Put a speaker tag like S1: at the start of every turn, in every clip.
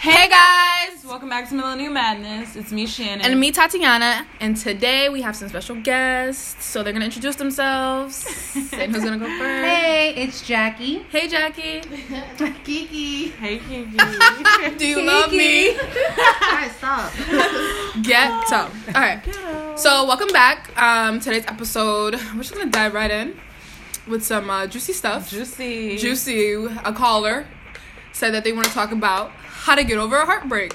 S1: Hey guys, welcome back to Millennial Madness. It's me, Shannon.
S2: And me, Tatiana, and today we have some special guests. So they're gonna introduce themselves. and who's gonna go first?
S3: Hey, it's Jackie.
S2: Hey, Jackie.
S3: Kiki.
S1: Hey Kiki.
S2: Do you love me?
S3: Alright, stop.
S2: Get so. All right. So welcome back. Um, today's episode, we're just gonna dive right in with some uh, juicy stuff.
S1: Juicy.
S2: Juicy, a caller said that they want to talk about how to get over a heartbreak.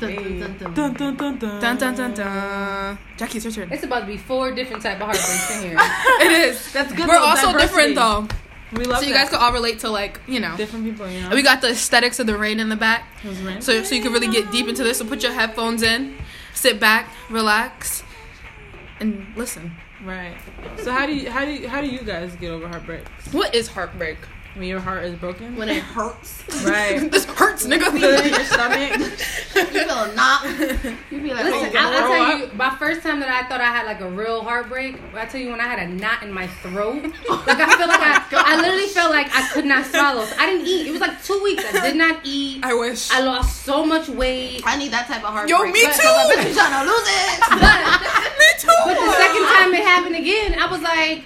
S3: Dun,
S1: Hey.
S3: dun, dun,
S1: Dun
S3: dun.
S1: dun dun dun.
S2: Dun dun dun dun. Jackie, it's your turn.
S4: It's about to be four different type of heartbreaks in here.
S2: It is.
S1: That's good.
S2: We're
S1: though,
S2: also different
S1: diversity.
S2: though.
S1: We love
S2: so you
S1: that.
S2: guys could all relate to like you know
S1: different people. You know.
S2: and we got the aesthetics of the rain in the back
S1: It was random.
S2: so, so you can really get deep into this so put your headphones in sit back relax and listen
S1: right. So how do you how do you, how do you guys get over heartbreaks?
S2: what is heartbreak
S1: When your heart is broken.
S3: When it hurts,
S1: right.
S2: this hurts
S1: Feeling in
S2: nigga
S1: your stomach.
S3: you feel a knock. You be like,
S4: Listen,
S3: oh,
S4: I, I'll
S1: Grow
S4: tell you, my first time that I thought I had like a real heartbreak, I tell you when I had a knot in my throat. Like I feel like I, I literally felt like I could not swallow. So I didn't eat. It was like two weeks. I did not eat.
S2: i wish
S4: I lost so much weight.
S3: I need that type of heartbreak.
S2: yo me
S3: But- But
S2: too
S3: you trying to lose it.
S2: me
S4: But the
S2: too
S4: second time it happened again, I was like,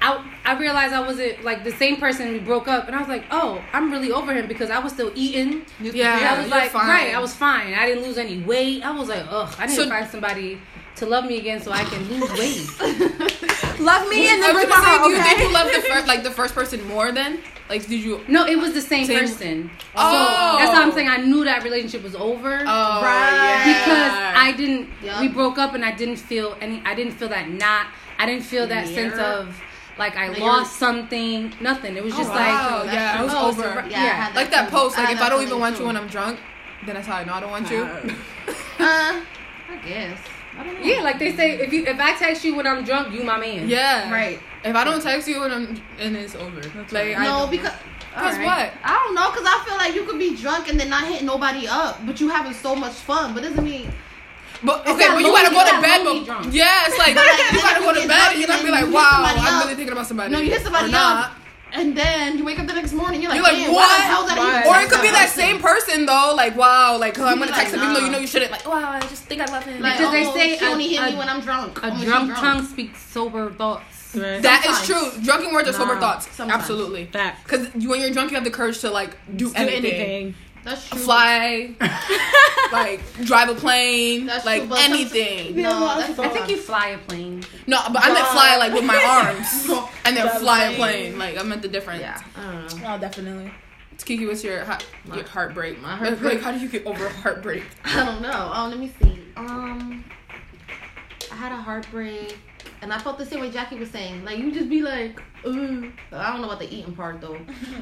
S4: I, I realized I wasn't like the same person who broke up, and I was like, oh, I'm really over him because I was still eating.
S2: yeah,
S4: And I was
S2: you're
S4: like,
S2: fine.
S4: right, I was fine. I didn't lose any weight. I was like, ugh, I need
S2: So-
S4: to find somebody to love me again so I can lose weight.
S2: love me and
S3: then break my heart,
S2: did,
S3: okay?
S2: you, did you love the first like the first person more then like did you
S4: No, it was the same,
S2: Same-
S4: person.
S2: Oh.
S4: So that's why I'm saying I knew that relationship was over.
S2: oh
S3: Right.
S2: yeah.
S4: because I didn't.
S3: Yeah.
S4: We broke up, and I didn't feel any. I didn't feel that knot. I didn't feel that
S3: Yeah.
S4: sense of like I
S3: Like you're-
S4: lost something. Nothing. It was just
S2: wow.
S4: like
S2: Oh, yeah,
S3: I
S2: it was
S4: oh,
S2: over.
S4: it's a-
S3: Yeah, I
S4: yeah.
S3: had
S2: like that
S3: feeling.
S2: post like
S3: had
S2: if
S3: that
S2: i don't
S3: feeling
S2: even want you
S3: too.
S2: when i'm drunk then that's how i know i don't want you
S3: Uh, I guess. I don't know.
S4: yeah. Like they say, if you if I text you when I'm drunk, you my man.
S2: yeah
S3: Right.
S2: If I don't text you and I'm and it's over. Like I
S3: No,
S2: don't-
S3: because.
S2: 'Cause
S3: alright.
S2: what?
S3: I don't know, cause I feel like you could be drunk and then not hit nobody up, but you having so much fun. But doesn't mean
S2: but okay,
S4: not
S2: but you gotta
S4: lonely,
S2: go
S4: it's
S2: to
S4: not
S2: bed.
S4: lonely
S2: But,
S4: drunk.
S2: yeah, it's like you
S3: Right,
S2: gotta
S3: you
S2: go to bed.
S3: get drunk
S2: and You're
S3: and
S2: gonna
S3: then
S2: be
S3: you
S2: like,
S3: hit
S2: wow,
S3: somebody
S2: I'm
S3: else.
S2: really thinking about somebody.
S3: no, you hit
S2: Or
S3: somebody
S2: not.
S3: else, and then you wake up the next morning, you're like,
S2: You're like,
S3: "Damn, why the hell
S2: what?
S3: did I even
S2: Or
S3: text
S2: it could be that
S3: person?"
S2: same person though. Like, wow, like oh, I'm
S3: You
S2: gonna
S3: be
S2: text him
S3: like,
S2: even though
S3: nah.
S2: you know you shouldn't. Like, wow, I just think I love him.
S3: Like,
S4: Because they
S3: oh,
S4: say
S3: she
S4: a-
S3: only hit
S4: a-
S3: me when I'm drunk.
S4: A
S2: Oh,
S3: When she
S4: drunk tongue speaks sober thoughts.
S1: Right.
S2: that is
S3: sometimes.
S2: true. Drunken words are sober
S1: Nah,
S2: thoughts.
S3: sometimes.
S2: Absolutely.
S1: Facts.
S2: Because you, when you're drunk, you have the courage to like do,
S1: Do
S2: anything.
S1: anything.
S3: That's true.
S2: Fly, like drive a plane,
S3: That's
S2: like
S3: true, but some-
S2: anything.
S3: No, that's
S4: I think you fly a plane.
S2: No, but I meant fly like with my arms,
S3: No.
S2: and then
S1: Drive a
S2: fly a
S1: plane.
S2: plane. Like I meant the difference.
S3: Yeah. I don't know.
S1: Oh, definitely.
S2: Kiki, what's your, hot, your heartbreak?
S3: My heartbreak.
S2: Like, how do you get over heartbreak?
S3: I don't know. Oh, let me see. Um, I had a heartbreak, and I felt the same way Jackie was saying. Like you just be like, ooh. I don't know about the eating part though,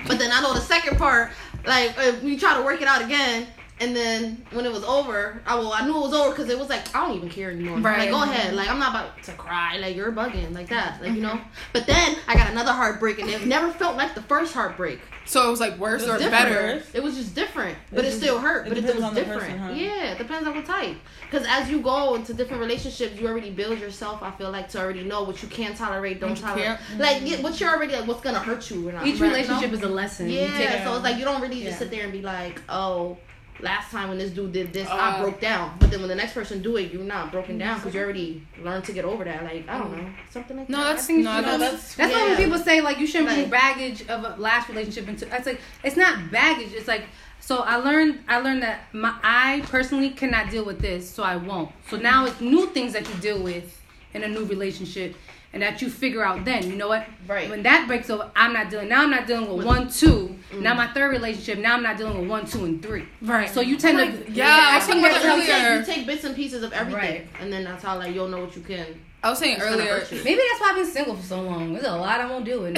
S3: but then I know the second part. Like if we try to work it out again. And then when it was over, I well I knew it was over because it was like I don't even care anymore.
S2: Right.
S3: Like go ahead, like I'm not about to cry. Like you're bugging, like that, like you know. But then I got another heartbreak, and it never felt like the first heartbreak.
S2: So it was like worse
S1: It
S2: or
S1: was
S2: better.
S1: different.
S3: It was just different, but
S1: It
S3: it,
S1: just-
S3: still hurt.
S1: it
S3: but it,
S1: depends
S3: was
S1: on the
S3: different.
S1: person, huh?
S3: Yeah, it depends on what type. Because as you go into different relationships, you already build yourself. I feel like to already know what you can tolerate, don't
S2: What you
S3: tolerate.
S2: can't-
S3: Like yeah, what you're already like, what's gonna hurt you or not.
S4: Each
S3: right,
S4: relationship
S3: no?
S4: is a lesson. You
S3: Yeah,
S4: take-
S3: so it's like you don't really
S4: Yeah.
S3: just sit there and be like, oh. Last time when this dude did this,
S2: Uh,
S3: I broke down. But then when the next person do it, you're not broken down because you already learned to get over that. Like I don't know, something like
S2: No,
S3: that.
S2: that's
S4: think you
S2: no,
S4: should
S2: no,
S4: know
S2: that's
S4: That's why
S3: Yeah.
S4: when people say like you shouldn't bring
S3: Like-
S4: baggage of a last relationship into. That's like it's not baggage. It's like so I learned I learned that my I personally cannot deal with this, so I won't. So now it's new things that you deal with in a new relationship, and that you figure out then. You know what?
S3: Right.
S4: When that breaks over, I'm not dealing. Now I'm not dealing with, one, two. Now my third relationship. Now I'm not dealing with one, two, and three.
S2: Mm. Right.
S4: So you tend to
S2: Yeah, I was
S4: I think
S2: talking
S4: that's
S2: about that
S4: how-
S3: you, take, you
S2: earlier.
S3: take bits and pieces of everything,
S4: Right.
S3: and then that's how like you'll know what you can.
S2: I was saying
S3: it's gonna
S2: earlier.
S3: hurt you.
S4: Maybe that's why I've been single for so long. There's a lot I won't do it.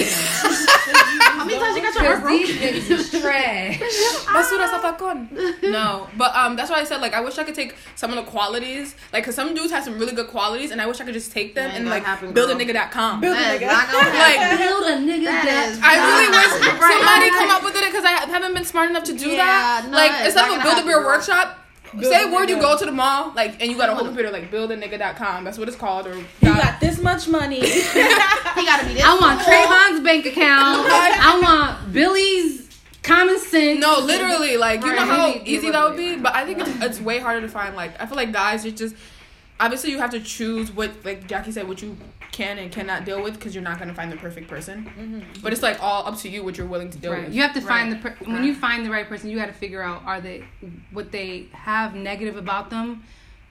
S3: How many times you got your heart
S4: Because
S3: broken?
S4: these niggas is trash.
S2: Basura zapacón. No, but um, that's why I said like I wish I could take some of the qualities, like cause some dudes have some really good qualities, and I wish I could just take them
S3: That ain't
S2: and
S3: gonna
S2: like
S3: happen,
S2: build a
S3: girl.
S2: nigga dot com.
S3: That is not gonna happen.
S2: like
S4: Build a nigga
S3: That
S4: that
S3: is
S2: I really
S3: Nah.
S2: wish
S3: Right.
S2: somebody come up with it because I haven't been smart enough to do
S3: Yeah,
S2: that.
S3: no,
S2: like
S3: it's
S2: instead
S3: not
S2: of a
S3: gonna
S2: build a
S3: happen,
S2: beer
S3: girl.
S2: workshop,
S1: Build
S2: say
S1: a
S2: word you
S1: Nigga.
S2: go to the mall, like and you got a whole computer like buildanigga.com. That's what it's called. Or
S1: You got this much money.
S3: He gotta be this.
S4: I want
S3: cool.
S4: Trayvon's bank account. I want Billy's common sense.
S2: No, literally, like you
S4: Right,
S2: know how
S4: maybe it
S2: easy
S4: would
S2: that would
S4: be.
S2: be, but I think it's, it's way harder to find. Like I feel like guys, you're just obviously you have to choose what, like Jackie said, what you can and cannot deal with because you're not gonna find the perfect person. But it's like all up to you what you're willing to deal
S4: Right.
S2: with.
S4: You have to find the
S2: Right.
S4: per- when you find the right person, you got to figure out are they what they have negative about them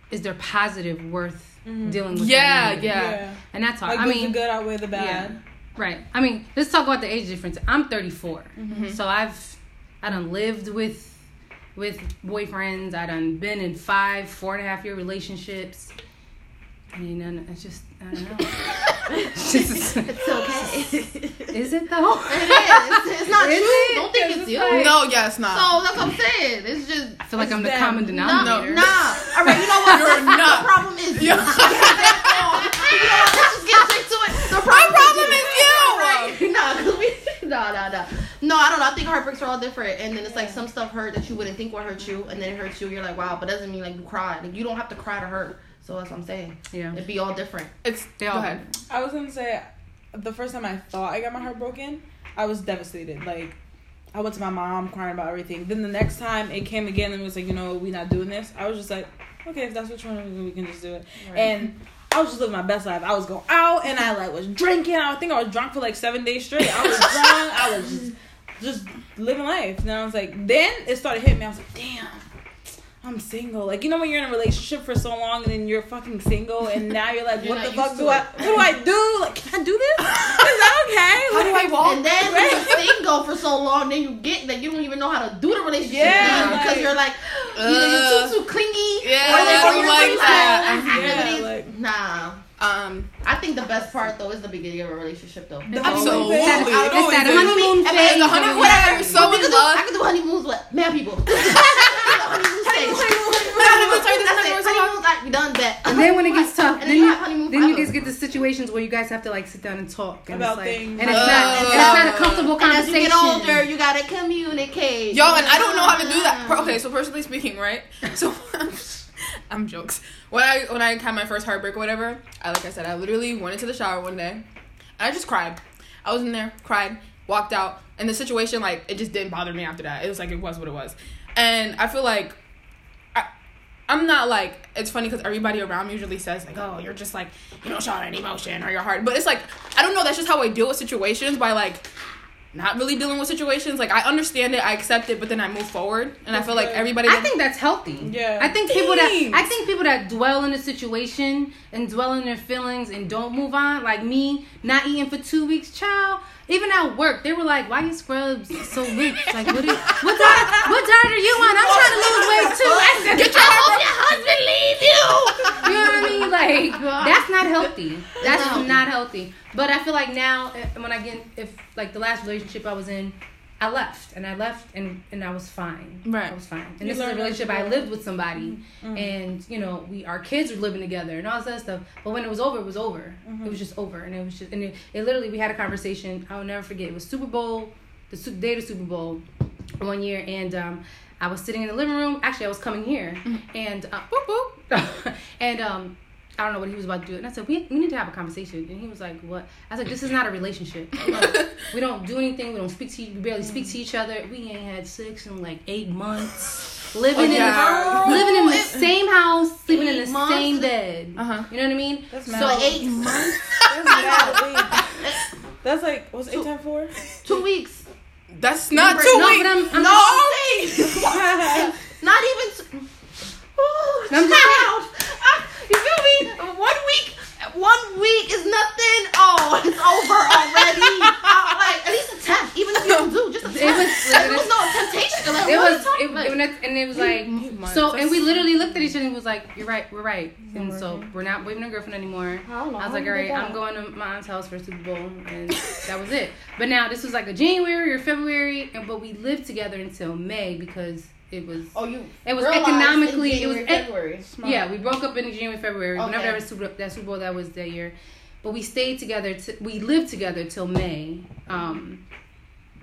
S4: is their positive worth dealing with. that
S2: yeah,
S4: negative.
S2: yeah,
S4: And that's hard.
S1: Like
S4: I
S1: does the
S4: mean,
S1: good outweigh the bad.
S4: right. I mean, let's talk about the age difference. I'm 34.
S3: Mm-hmm.
S4: So I've I done lived with with boyfriends. I done been in five, four and a half year relationships. I mean, none- it's just I don't know. It's just-
S3: It's okay.
S4: is it though?
S3: It is. It's not
S4: Is
S3: you.
S4: it?
S3: Don't think it's you.
S2: No, yes, not.
S3: So that's what I'm saying. It's just
S4: I feel like
S1: It's
S4: I'm the
S1: them.
S4: common
S3: nah,
S4: denominator.
S3: nah. All right, you know what?
S2: You're
S3: The
S2: not.
S3: problem is you.
S2: You're-
S3: you know what? Let's just get straight to it. The problem,
S2: problem is you.
S3: Right? Nah, 'cause we- nah, nah, nah. No, I don't know. I think heartbreaks are all different, and then it's like some stuff hurt that you wouldn't think would hurt you, and then it hurts you. You're like, wow, but doesn't mean like you cry. Like you don't have to cry to hurt. So that's what I'm saying.
S4: Yeah.
S3: It'd be all different.
S2: It's
S4: They
S2: go
S4: all-
S2: ahead.
S1: I was gonna say, the first time I thought I got my heart broken, I was devastated. Like, I went to my mom crying about everything. Then the next time it came again and it was like, you know, we not doing this. I was just like, okay, if that's what you want, to do, we can just do it. And I was just living my best life. I was going out and I like was drinking. I think I was drunk for like seven days straight. I was drunk. I was just just living life. And I was like, then it started hitting me. I was like, damn. I'm single. Like you know when you're in a relationship for so long and then you're fucking single and now you're like,
S3: You're
S1: what the
S3: not
S1: fuck
S3: used to
S1: do I
S3: it.
S1: what do I do? Like can I do this? Is that okay?
S2: How
S1: Like,
S2: do I walk?
S3: And then you're single for so long, then you get that you don't even know how to do the relationship
S1: Yeah,
S3: now because
S1: like-
S3: you're like, either
S2: Uh,
S3: you're too, too clingy.
S2: yeah,
S3: or
S1: that's
S3: you're
S1: what I'm
S3: too
S1: like
S3: sexual.
S1: that.
S3: Activities.
S1: Yeah, like-
S3: nah.
S2: Um,
S3: I think the best part though is the beginning of a relationship though.
S1: It's
S2: absolutely.
S1: always been-
S4: It's that- it's that
S2: Always been-
S4: honeymoon
S2: And then
S4: phase
S2: the
S4: of
S2: honeymoon,
S4: it.
S2: whatever. So
S3: we
S2: in
S3: could
S2: love.
S3: Do, I could do honeymoons with mad people. That's it, honeymoon
S2: sorry, this honeymoon, sorry.
S3: honeymoons, like, we done that.
S4: And then when it gets tough,
S3: And
S4: then
S3: then you
S4: you,
S3: have honeymoon
S4: then you
S3: forever.
S4: guys get the situations where you guys have to like sit down and talk and
S1: About
S4: it's like,
S1: things.
S4: and it's not and it's not a comfortable
S3: And as
S4: conversation.
S3: you get older, you gotta communicate.
S2: Yo, and I don't know how to do that. Per- Okay, so personally speaking, right? So I'm jokes. When I when I had my first heartbreak or whatever, I like I said, I literally went into the shower one day. And I just cried. I was in there, cried, walked out, and the situation like it just didn't bother me after that. It was like it was what it was. And I feel like I- I'm not like it's funny because everybody around me usually says like, "Oh, you're just like you don't show any emotion or your heart," but it's like I don't know. That's just how I deal with situations by like not really dealing with situations. Like I understand it, I accept it, but then I move forward, and I feel like
S1: good.
S2: everybody.
S4: I think that's healthy.
S1: Yeah.
S4: I think people that
S1: Thanks.
S4: I think people that dwell in a situation and dwell in their feelings and don't move on, like me, not eating for two weeks, child. Even at work, they were like, "Why you scrubs so loose? Like, what? Are you, what diet? What diet are you on? I'm trying to lose weight too." I said,
S3: I hope your husband leaves you.
S4: You know what I mean? Like that's not healthy. That's
S3: No.
S4: not healthy. But I feel like now, eh, when I get if like the last relationship I was in, I left and I left and and I was fine.
S2: Right.
S4: I was fine. And
S1: You
S4: this is a
S1: learn Mm-hmm.
S4: relationship
S1: what you
S4: I
S1: want.
S4: lived with somebody, and you know we our kids were living together and all that stuff. But when it was over, it was over.
S1: Mm-hmm.
S4: It was just over, and it was just and it, it literally we had a conversation. I will never forget. It was Super Bowl, the Su- day of the Super Bowl, one year, and um, I was sitting in the living room. Actually, I was coming here, and uh, boop boop and um I don't know what he was about to do. And I said, we, we need to have a conversation. And he was like, what? I said, this is not a relationship. Like, we don't do anything. We don't speak to you. We barely speak to each other. We ain't had sex in like eight months. Living
S2: yeah.
S4: in the, living in the same house, sleeping in
S3: Eight
S4: the
S3: months?
S4: same bed.
S2: Uh-huh.
S4: You know what I mean?
S1: That's
S4: so,
S1: mad.
S3: So Oh, eight months,
S1: That's mad. Wait. That's like what's eight time four?
S3: two weeks.
S2: that's not
S4: No,
S2: too
S4: but
S2: weak.
S4: I'm, I'm
S3: No.
S1: yeah,
S3: Not even. T- Ooh,
S4: I'm just
S3: Oh, child. Ah, you feel me? One week, one week is nothing. Oh, it's over already. I'm like, at least attempt. Even if you don't do, just attempt.
S4: It was-
S3: there was no temptation. Like,
S4: It
S3: what
S4: was,
S3: are
S4: it,
S3: you talking about?
S4: and that's- and it was like,
S2: months.
S4: so, and we literally looked at each other and was like, you're right, we're right. And so, we're not boyfriend and girlfriend anymore.
S3: How long
S4: I was like,
S3: did
S4: all right,
S3: that-
S4: I'm going to my aunt's house for Super Bowl, and that was it. But now this was like a January or February, and but we lived together until May because it was
S3: Oh, you.
S4: it was
S3: realized in
S4: economically it was
S3: January,
S4: ec-
S3: February.
S4: yeah we broke up in January February
S3: Okay.
S4: whenever that was Super, that Super Bowl that was that year, but we stayed together t- we lived together till May. Um,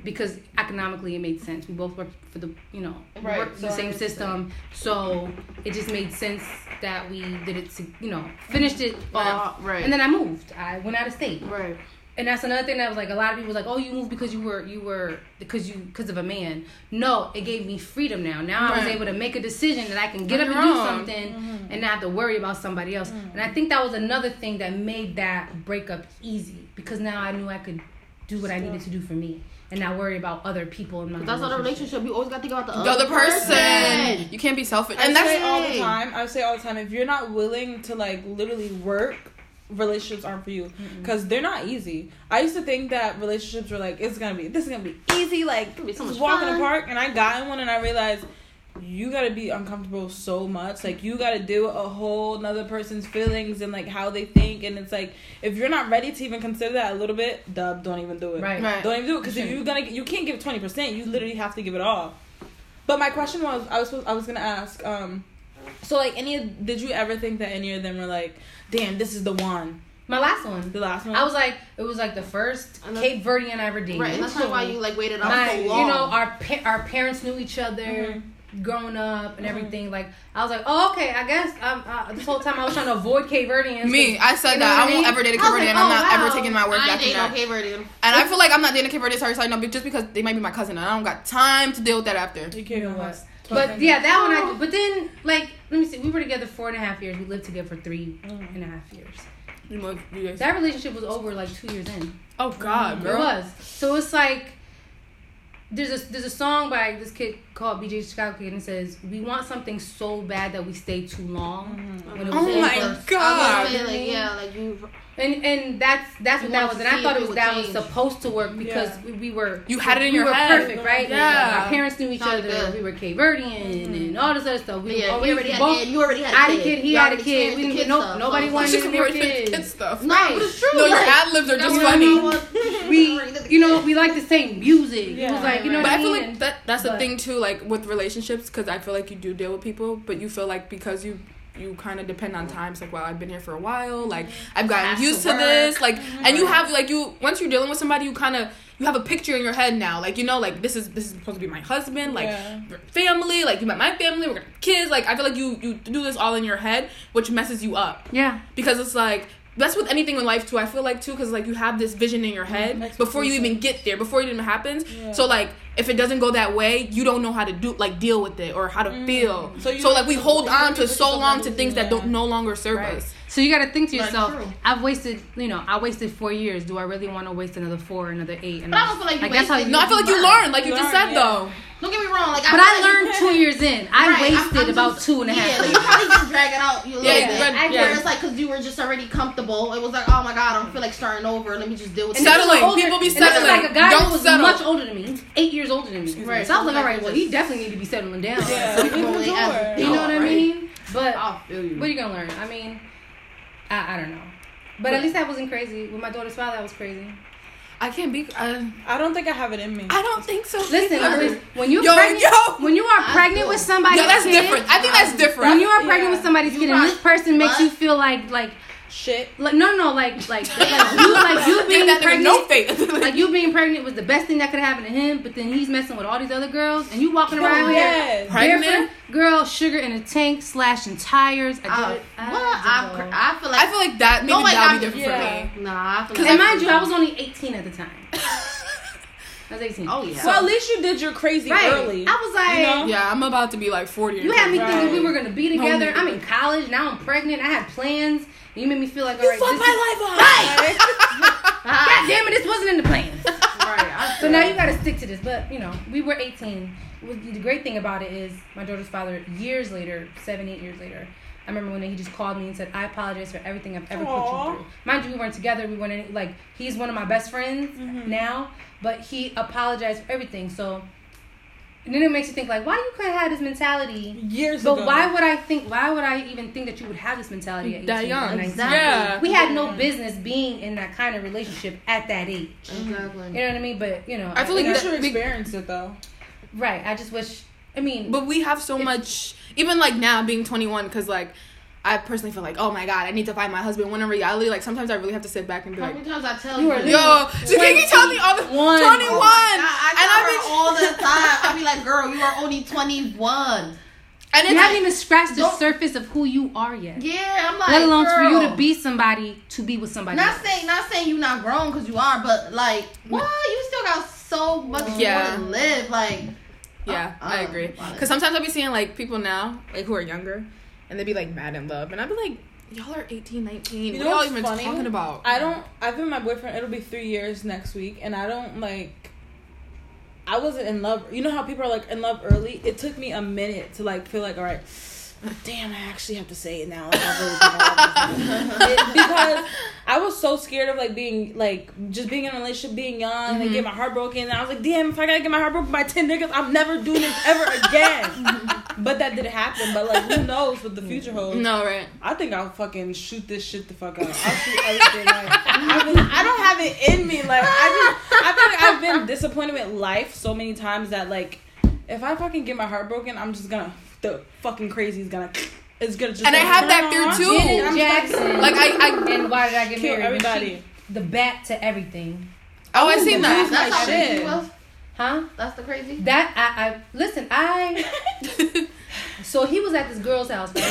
S4: because economically it made sense. We both worked for the you know we
S3: Right,
S4: worked for the
S3: so I
S4: same
S3: understand.
S4: system, so it just made sense that we did it uh, to you know finished it off.
S3: Uh, Right.
S4: And then I moved. I went out of state
S3: Right.
S4: And that's another thing that was like a lot of people was like, oh, you moved because you were you were because you because of a man. No, it gave me freedom now. Now I was
S2: Right.
S4: able to make a decision that I can get
S2: On
S4: up and
S2: your
S4: do
S2: own.
S4: something and not have to worry about somebody else. And I think that was another thing that made that breakup easy because now I knew I could do what I needed to do for me and not worry about other people in my.
S3: That's not a
S4: relationship.
S3: relationship. You always got to think about the,
S2: The other person.
S3: person.
S2: You can't be selfish.
S1: I
S2: And
S1: say
S2: that's
S1: all the
S3: Hey.
S1: time. I say all the time. If you're not willing to like literally work, relationships aren't for you because they're not easy. I used to think that relationships were like it's gonna be this is gonna be easy like
S3: It'll be so
S1: just
S3: much
S1: walk in the
S3: fun.
S1: park. And I got in one and I realized you gotta be uncomfortable so much. Like you gotta deal with a whole another person's feelings and like how they think. And it's like if you're not ready to even consider that a little bit, dub, don't even do it.
S4: Right.
S2: Right.
S1: Don't even do it because if you're gonna you can't give twenty percent. You literally have to give it all. But my question was, I was supposed, I was gonna ask. um So like, any of, did you ever think that any of them were like, damn, this is the one,
S4: My last one.
S1: the last one?
S4: I was like, it was like the first
S3: And that's-
S4: Cape Verdean I ever dated.
S3: Right, and that's probably why you like waited out
S4: My,
S3: so
S4: you
S3: long.
S4: know, our pa- our parents knew each other,
S2: Mm-hmm.
S4: growing up, and everything. Like, I was like, oh, okay, I guess. Um, uh, this whole time I was trying to avoid Cape Verdeans.
S2: me. I said
S4: You know
S2: that.
S4: what I
S2: I won't
S4: mean?
S2: ever date a
S3: I was
S2: Cape Verdean.
S3: like,
S2: I'm
S3: oh,
S2: not ever
S3: wow.
S2: taking my words
S3: I
S2: back from
S3: ain't
S2: that.
S3: dating no Cape Verdean.
S2: And I feel like I'm not dating a Cape Verdean sorry side no, but just because they might be my cousin and I don't got time to deal with that after.
S1: you can't
S4: You know
S1: even
S4: what?
S1: ask.
S4: But yeah, that one.
S2: Oh.
S4: I, but then, like, let me see. We were together four and a half years. We lived together for three
S1: Mm.
S4: and a half years.
S2: You know, you guys-
S4: That relationship was over like two years in.
S2: Oh God,
S4: It
S2: girl.
S4: was. So it's like there's a there's a song by this kid called BJ Chicago Kid and it says we want something so bad that we stay too long. When it was
S2: Oh my
S4: over.
S3: I was
S2: God.
S3: gonna say, like, yeah, like you.
S4: And and that's that's what
S3: You
S4: that
S3: wanted
S4: was.
S3: to
S4: And I
S3: see
S4: thought
S3: if
S4: it was
S3: it would
S4: that was
S3: change.
S4: supposed to work because
S1: Yeah.
S4: we, we were
S2: You had it in
S4: we
S2: your
S4: were
S2: head.
S4: perfect, right?
S2: Yeah.
S4: Our parents knew each
S3: Sounded
S4: other.
S3: good.
S4: We were Cape Verdean and
S1: Mm-hmm.
S4: all this other stuff. We
S3: yeah,
S4: were
S3: you already had
S4: both.
S3: a kid. You already had a
S4: I had a
S3: kid.
S4: kid. He
S3: You
S4: had a
S3: already
S4: kid. We
S3: experienced
S4: didn't get
S3: the kid
S4: no.
S3: stuff.
S4: Nobody
S3: So-
S4: wanted
S2: She
S4: to
S2: could
S4: be
S2: be
S4: their
S2: raising
S4: kids.
S2: kid stuff.
S3: No, but it's true.
S2: No, your
S3: like,
S2: ad libs are just
S3: that's what I
S2: funny.
S3: mean.
S4: we you know we like the same music. It
S1: Yeah.
S4: was like you know
S2: But
S4: what
S2: I
S4: I
S2: feel
S4: mean.
S2: like that that's
S4: But-
S2: the thing too, like with relationships, because I feel like you do deal with people, but you feel like because you you kind of depend on time. It's like, wow, I've been here for a while. Like I've
S4: Has
S2: gotten
S4: to
S2: used to
S4: Mm-hmm. work. Mm-hmm.
S2: this. Like, and you have like you once you're dealing with somebody, you kind of you have a picture in your head now. Like you know, like this is this is supposed to be my husband. Like
S1: Yeah.
S2: we're family. Like you met my family. We're gonna have kids. Like I feel like you you do this all in your head, which messes you up
S4: yeah.
S2: because it's like that's with anything in life too. I feel like too because like you have this vision in your head
S1: Mhm.
S2: before you even get there, before it even happens.
S1: Yeah.
S2: So like if it doesn't go that way, you don't know how to do like deal with it or how to feel.
S1: So
S2: So,
S1: you-
S2: like we hold
S1: you
S2: on to
S1: look at
S2: so long to
S1: somebody,
S2: things
S1: yeah.
S2: that don't no longer serve
S4: Right.
S2: us.
S4: So you got to think to
S3: Right,
S4: yourself,
S3: true.
S4: I've wasted, you know, I wasted four years. Do I really want to waste another four, another eight? And
S3: But I don't feel like you
S4: that's how
S3: wasted.
S2: No, I feel like you
S3: Learn.
S2: learned, like you just
S1: Learn,
S2: said
S1: yeah.
S2: though.
S3: Don't get me wrong. Like,
S4: But
S3: feel like
S4: I
S3: you-
S4: learned two years in. I
S3: Right, I'm-
S4: wasted
S3: I'm
S4: about
S3: just-
S4: two and a half.
S3: Yeah, like, you probably just dragging out you a little
S2: Yeah,
S3: bit.
S2: yeah,
S3: I
S2: yeah.
S3: It's like because you were just already comfortable. It was like, oh my god, I don't feel like starting over. Let me just deal with
S4: And
S3: it.
S4: this was
S2: Settling.
S4: an older-
S2: People be
S4: and this was
S2: settling.
S4: like a guy
S2: Don't
S4: who was
S2: settle.
S4: much older than me. He's eight years older than me.
S3: Right.
S4: So I was like, all right, well, he definitely need to be settling down.
S1: Yeah.
S4: So,
S1: Open the
S3: Really, as-
S1: door.
S4: you know what I
S3: Right.
S4: mean? But
S3: I feel you.
S4: what are you gonna learn? I mean, I, I don't know. But at least I wasn't crazy. With my daughter's father, I was crazy.
S2: I can't be. uh, I,
S1: I don't think I have it in me.
S2: I don't think so.
S4: Listen,
S2: either.
S4: when- when you
S2: Yo,
S4: pregnant,
S2: yo.
S4: when you are
S3: I
S4: pregnant
S3: do.
S4: with somebody,
S2: no, that's
S4: kid,
S2: different. I think that's different.
S4: When you are pregnant with somebody's
S3: You
S4: kid and
S3: right.
S4: this person makes
S3: But-
S4: you feel like like
S1: Shit.
S4: like no no like like like you like you
S2: Give
S4: being
S2: that nigga
S4: pregnant
S2: no faith.
S4: like you being pregnant was the best thing that could happen to him, but then he's messing with all these other girls and you walking
S3: Oh,
S4: around here
S1: Yes.
S2: Pregnant?
S4: barefoot, girl, sugar in a tank, slashing tires. I
S3: I,
S4: did it.
S3: what? I, cr-
S4: I
S3: I feel like.
S2: I feel like that maybe
S3: Nobody
S2: that would
S3: got
S2: be
S3: me.
S2: different
S1: Yeah.
S2: for me.
S3: like, nah, I feel
S4: did it.
S3: like.
S4: and mind you, I was only 18 at the time. I was 18.
S3: Oh yeah.
S1: Well, at least you did your crazy
S4: right.
S1: early.
S4: I was like.
S1: You know?
S2: Yeah, I'm about to be like 40. or
S4: You had me
S1: Right.
S4: thinking we were gonna be together.
S2: Homie.
S4: I'm in college now. I'm pregnant. I had plans. And you made me feel like all right.
S1: Fuck
S4: This is,
S1: my life up. Right.
S4: God damn it! This wasn't in the plans.
S3: right. I
S4: so now you gotta stick to this. But you know, we were 18. Was- The great thing about it is my daughter's father. Years later, seven, eight years later. I remember when he just called me and said, "I apologize for everything I've ever put
S1: Aw.
S4: you through." Mind you, we weren't together. We weren't any, like he's one of my best friends
S1: Mm-hmm.
S4: now, but he apologized for everything. So, and then it makes you think like, why you could have had this mentality
S1: Years
S4: but
S1: ago.
S4: why would I think? Why would I even think that Oh, you would have this mentality at 18
S2: That young.
S4: or 19?
S3: Exactly.
S2: Yeah.
S4: We had no business being in that kind of relationship at that age. You
S3: Exactly.
S4: know what I mean? But you know,
S2: I feel
S1: At
S2: like
S1: least
S2: that-
S1: you
S2: be-
S1: experienced it though.
S4: right. I just wish. I mean,
S2: But we have so much, even like now being 21, because like I personally feel like, oh my god, I need to find my husband. When in reality, like sometimes I really have to sit back and be
S3: How
S2: like,
S3: many times I tell
S4: You
S3: you?
S4: are
S2: yo, so can you tell me all the
S4: 21.
S2: 21?
S3: Oh my God, I tell her
S2: and I've been
S3: all the time. I be like, girl, you are only 21.
S2: And it's
S4: You haven't
S2: like,
S4: even scratched the
S3: don't-
S4: surface of who you are yet.
S3: Yeah, I'm like,
S4: Let alone for you to
S3: girl.
S4: be somebody to be with somebody.
S3: Not
S4: else.
S3: saying, not saying you not grown because you are, but like,
S4: Mm.
S3: what? You still got so much
S2: Yeah.
S3: more to live. Like,
S2: yeah,
S3: Uh,
S2: I
S3: uh,
S2: agree.
S3: about it.
S2: Because sometimes I'll be seeing like people now, like who are younger, and they be like mad in love, and I'll be like, y'all are 18, 19. what
S1: You know
S2: are y'all
S1: what's
S2: even
S1: funny?
S2: talking about?
S1: I don't. I've been with my boyfriend. It'll be three years next week, and I don't like. I wasn't in love. You know how people are like in love early. It took me a minute to like feel like all right. Damn, I actually have to say it now. Like, I've really been in love with you. It- because I was so scared of like being like just being in a relationship, being young, and get my heart broken. And I was like, damn, if I gotta get my heart broken by ten niggas, I'm never doing this ever again. but that didn't happen. But like, who knows what the future holds?
S2: No, right?
S1: I think I'll fucking shoot this shit the fuck up. I'll shoot everything. Like, I've been, I don't have it in me. Like I just, I feel like I've been disappointed with life so many times that like, if I fucking get my heart broken, I'm just gonna the fucking crazy is gonna. It's gonna just.
S2: And I
S1: like,
S2: have that fear, too.
S1: Yeah,
S4: Janet
S1: I'm just gonna
S4: Jackson.
S2: Like I, I,
S4: and why did I get
S1: Kill
S4: married?
S1: everybody.
S4: She- the bat to everything,
S2: oh, I seen that.
S3: that's
S1: my
S3: how
S1: shit.
S3: crazy you was.
S4: huh?
S3: That's the crazy.
S4: That I, I listen. I so he was at this girl's house, right?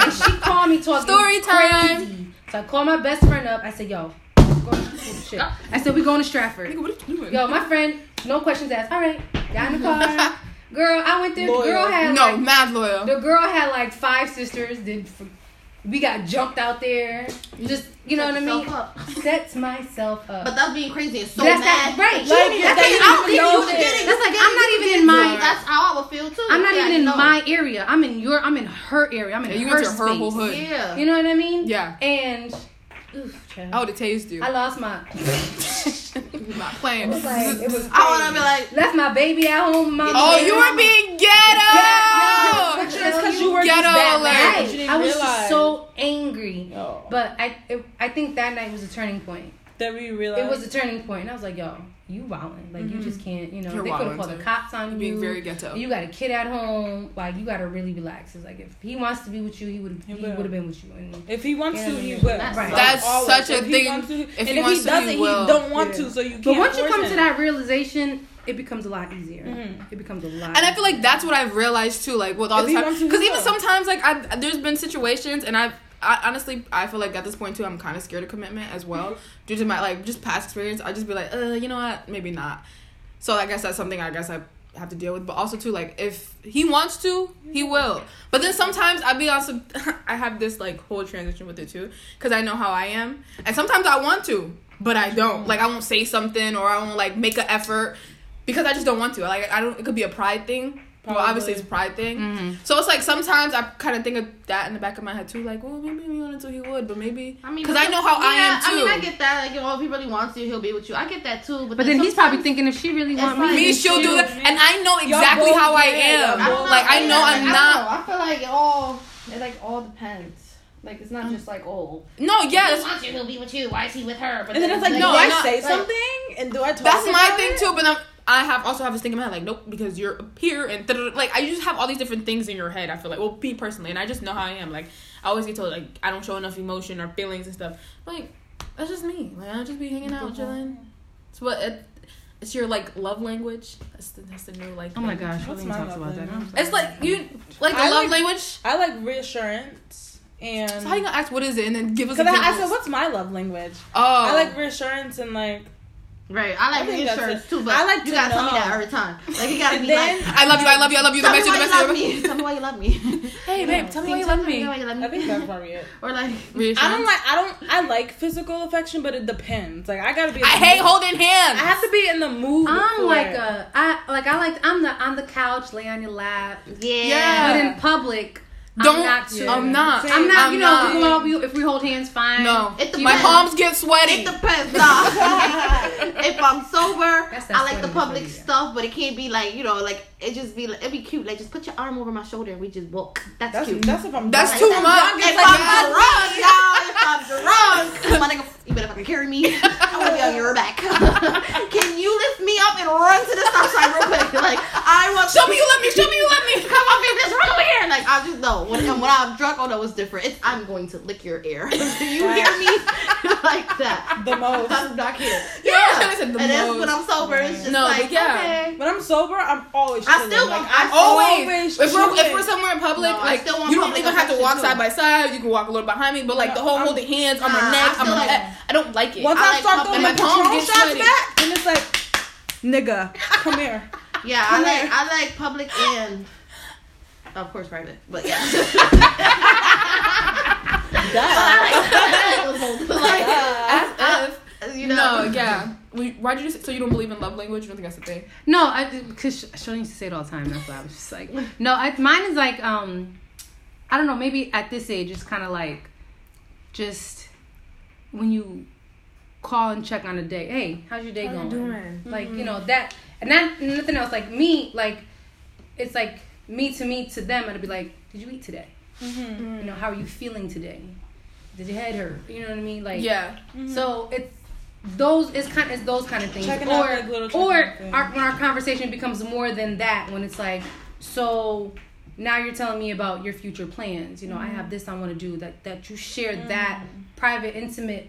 S4: and she called me talking
S2: Story time.
S4: crazy. So I called my best friend up. I said, "Yo, we're going to, oh, shit." I said we're going to Stratford.
S2: Nigga, what are you doing?
S4: Yo, my friend, no questions asked. All right, got in the car. Girl, I went there. The girl
S1: Loyal.
S4: had
S2: no,
S4: like,
S2: mad loyal.
S4: The girl had like five sisters. Did we got jumped out there? Just you know what I
S3: Set yourself
S4: mean?
S3: up.
S4: Sets myself up.
S3: But that's being crazy and so
S4: that's
S3: mad.
S4: that,
S1: Like,
S4: right? Like,
S1: that
S4: that's
S1: you
S4: like, I don't
S1: don't
S4: think
S1: know
S4: you
S1: that.
S4: get it. That's like I'm not even in my.
S3: That's how I would feel too.
S4: I'm not
S3: Yeah,
S4: even in
S3: no.
S4: my area. I'm in your. I'm in her area. I'm in
S2: Yeah, you
S4: her
S2: went to her
S4: space.
S2: whole hood.
S3: Yeah.
S4: You know what I mean?
S2: Yeah. Oh.
S4: And, oof, child.
S2: I would have tased you.
S4: I lost my.
S2: Not playing.
S4: It was like it was.
S3: I want to be like,
S4: Left my baby at home. My
S2: oh, you were being ghetto.
S4: Ghetto.
S1: It's because you were
S2: Ghetto
S1: just that
S2: alert.
S1: mad.
S4: Right.
S1: that you didn't
S4: I was
S1: realize.
S4: just so angry.
S1: Oh.
S4: But I, it, I think that night was a turning point.
S1: Then we realized
S4: It was a turning point, and I was like, "Yo, you wildin'. Like you just can't. You know,
S2: Mm-hmm. You're
S4: they could have
S2: wildin',
S4: called the
S2: too.
S4: cops on you.
S2: Being very ghetto.
S4: You got a kid at home. Like you got to really relax. It's like if he wants to be with you, he would. He
S1: He
S4: would
S1: will.
S4: have been with you. And
S1: If he wants
S4: Yeah,
S1: to, he
S4: yeah,
S1: will.
S3: that's
S4: Right.
S2: That's
S1: Always.
S2: such a
S1: If he
S2: thing.
S1: wants to-
S2: If he
S1: and
S2: wants
S1: if
S2: to,
S1: he
S2: he
S1: doesn't, he
S2: will.
S1: don't want
S4: Yeah.
S1: to. So you can't.
S4: but once you
S1: force
S4: come
S1: him.
S4: to that realization, it becomes a lot easier.
S1: Mhm.
S4: It becomes a lot.
S2: And I feel like that's what I've realized too, like with all
S1: If
S2: this
S1: he
S2: time.
S1: wants to, he
S2: Because even
S1: will.
S2: sometimes, like, I've, there's been situations, and I've I, honestly, I feel like at this point too, I'm kind of scared of commitment as well, due to my like just past experience. I just be like, uh, you know what, maybe not. So I guess that's something I guess I have to deal with. But also too, like, if he wants to, he will. But then sometimes I be also, I have this like whole transition with it too, because I know how I am, and sometimes I want to, but I don't. Like, I won't say something or I won't like make an effort. Because I just don't want to. Like I don't. It could be a pride thing. Well, obviously
S1: Probably. Mm-hmm.
S2: it's a pride thing. So it's like sometimes I kind of think of that in the back of my head too. Like, well, maybe we wanted to, he would, but maybe
S3: I mean,
S2: because I know how
S3: yeah,
S2: I am too.
S3: I mean, I get that. Like, you know, if he really wants you, he'll be with you. I get that too. But,
S4: But then he's probably
S3: sometimes-
S4: thinking if she really
S3: It's
S4: wants me,
S3: like-
S2: me,
S4: then
S2: she'll do that, and I know
S1: Y'all
S2: exactly
S1: both
S2: how I
S1: get it.
S2: am.
S1: Y'all
S3: don't
S1: both
S2: Like I
S1: get
S2: know
S1: it.
S2: I'm
S3: I
S2: not.
S3: don't know. I feel like it all. It like all depends. Like it's not just like oh.
S2: No, yes,
S3: wants you. He'll be with you. Why is he with her? But
S1: And then it's like,
S2: no,
S1: no, do I
S2: I'm not-
S1: say
S3: like-
S1: something? And do I talk?
S2: that's my
S1: about
S2: thing
S1: it?
S2: too. But I'm, I have also have this thing in my head like, nope, because you're up here and da-da-da. like I just have all these different things in your head. I feel like, well, me personally, and I just know how I am. Like I always get told like I don't show enough emotion or feelings and stuff. Like that's just me. Like I just be hanging out, chilling. It's what it, it's your like love language. That's the, that's the new like.
S4: Oh my
S2: thing.
S4: gosh,
S1: What's
S4: Colleen
S1: my
S4: talks
S1: love
S4: about that.
S1: language?
S4: I'm sorry.
S2: It's like you like the
S1: I
S2: love
S1: like-
S2: language.
S1: I like reassurance and.
S2: So how you gonna ask what is it and then give us?
S1: Because I, I
S2: examples?
S1: said, what's my love language?
S2: Oh,
S1: I like reassurance and like.
S3: Right. I
S1: I
S3: like
S1: think that's
S3: reassurance
S1: it.
S3: too, but
S1: I like to
S3: you gotta tell me
S1: know.
S3: that every time. Like you gotta
S1: And
S3: be
S1: then-
S3: like,
S2: I love you. I love you. I love you. The
S3: tell me
S2: best. you,
S3: why
S2: The
S3: you
S2: best. you,
S3: love
S2: The best.
S3: me. Tell me why you love me.
S2: Hey babe, tell me why you love
S3: Tell
S2: me.
S3: why you love me.
S1: I think that's probably it.
S3: Or like,
S1: I don't like. I don't. I like physical affection, but it depends. Like I gotta be. in
S2: I
S1: the
S2: hate
S1: mood.
S2: holding
S1: I
S2: hands.
S1: have to be in the mood.
S4: I'm
S1: for
S4: like
S1: it.
S4: a, I like I like I'm the on the couch, lay on your lap,
S3: yeah.
S2: Yeah.
S4: but in public,
S2: Don't. um,
S4: I'm not. Too.
S2: I'm not.
S4: I'm not.
S2: I'm
S4: you know,
S2: not.
S4: we will all be, if we hold hands, fine.
S2: No.
S3: It
S2: My
S3: depends.
S2: palms get sweaty.
S3: It depends. Nah. if I'm sober,
S4: That's that
S3: I like the
S4: sweating
S3: public
S4: before you
S3: stuff, but it can't be like you know, like it just be like it be cute. Like just put your arm over my shoulder and we just walk. That's,
S1: That's
S3: cute.
S1: that's if I'm.
S2: That's
S1: drunk.
S2: too
S1: If I'm
S2: much.
S1: drunk,
S3: if
S1: it's
S2: like,
S1: like,
S2: yeah.
S3: I'm drunk, y'all, if I'm drunk, my nigga, you better fucking carry me. I want to be on your back. Can you lift me up and run to the stop sign real quick? Like I want.
S2: Show me you love me. Show me you love me.
S3: Come on, baby, just run over here. Like I just know when, and when I'm drunk, oh no, it's different. It's I'm going to lick your ear. Do you hear me? like that.
S1: the most.
S3: I'm not here.
S2: Yeah, I was trying to say the
S3: and that's
S2: most.
S3: when I'm sober. It's just
S2: No,
S3: like
S2: but yeah.
S3: okay.
S1: When I'm sober, I'm always.
S3: I
S1: chilling.
S3: still
S1: like,
S3: want-
S1: I'm
S3: I always-
S2: Always. If we're, if
S1: chilling.
S2: we're somewhere public,
S3: No, I
S2: like
S3: still want
S2: you don't
S3: public
S2: even have to walk
S3: affection,
S2: side by side. You can walk a little behind me, but like the whole
S1: I'm-
S2: holding hands on
S3: Nah,
S2: my
S3: I
S2: neck,
S3: feel
S2: I'm
S3: like-
S2: like, I don't like it.
S1: Once I,
S3: I like
S1: start
S3: pop-
S1: throwing
S3: and
S1: my
S2: my palm
S1: Patron
S2: gets
S1: shots
S2: sweaty.
S1: back, and it's like, nigga, come here.
S3: Yeah, I
S1: Come
S3: like
S1: here.
S3: I like public and of course private, but yeah. I like- but like,
S2: As
S3: I-
S2: if-
S3: you
S2: no,
S3: know,
S2: Oh, yeah. We, why did you? Say, so you don't believe in love language? You don't think that's a thing?
S4: No, I because Shirley used to say it all the time. That's why I was just like, no, I, mine is like, um, I don't know. Maybe at this age, it's kind of like, just when you call and check on a day. Hey, how's your day going? Like you know that, and that and nothing else. Like me, like it's like me to me to them. It'll be like, did you eat today? You know, how are you feeling today? Did your head hurt? You know what I mean? Like
S2: Yeah.
S4: so it's those it's kind it's those kind of things.
S1: Mm-hmm. Checking
S4: or
S1: out, like, little checking
S4: or
S1: out things.
S4: our, when our conversation becomes more than that, when it's like, so now you're telling me about your future plans. You know, I
S1: Mm-hmm.
S4: have this I want to do. That that you share that private, intimate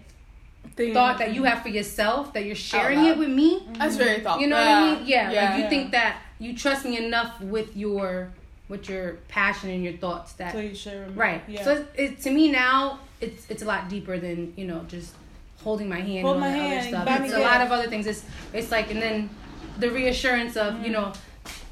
S1: Mm-hmm.
S4: thought that you have for yourself that you're sharing
S2: loud.
S4: it with me.
S2: That's very thoughtful.
S4: You know what I mean? Yeah.
S2: Yeah.
S4: Like you
S1: Yeah.
S4: think that you trust me enough with your with your passion and your thoughts that
S1: So you share with me.
S4: Right.
S1: Yeah.
S4: So it, it, to me now, it's it's a lot deeper than you know just holding my hand
S1: Hold
S4: and all
S1: my
S4: that
S1: hand,
S4: other
S1: buy
S4: stuff.
S1: me
S4: It's a lot
S1: gifts.
S4: of other things. It's it's like and then the reassurance of
S1: Mm.
S4: you know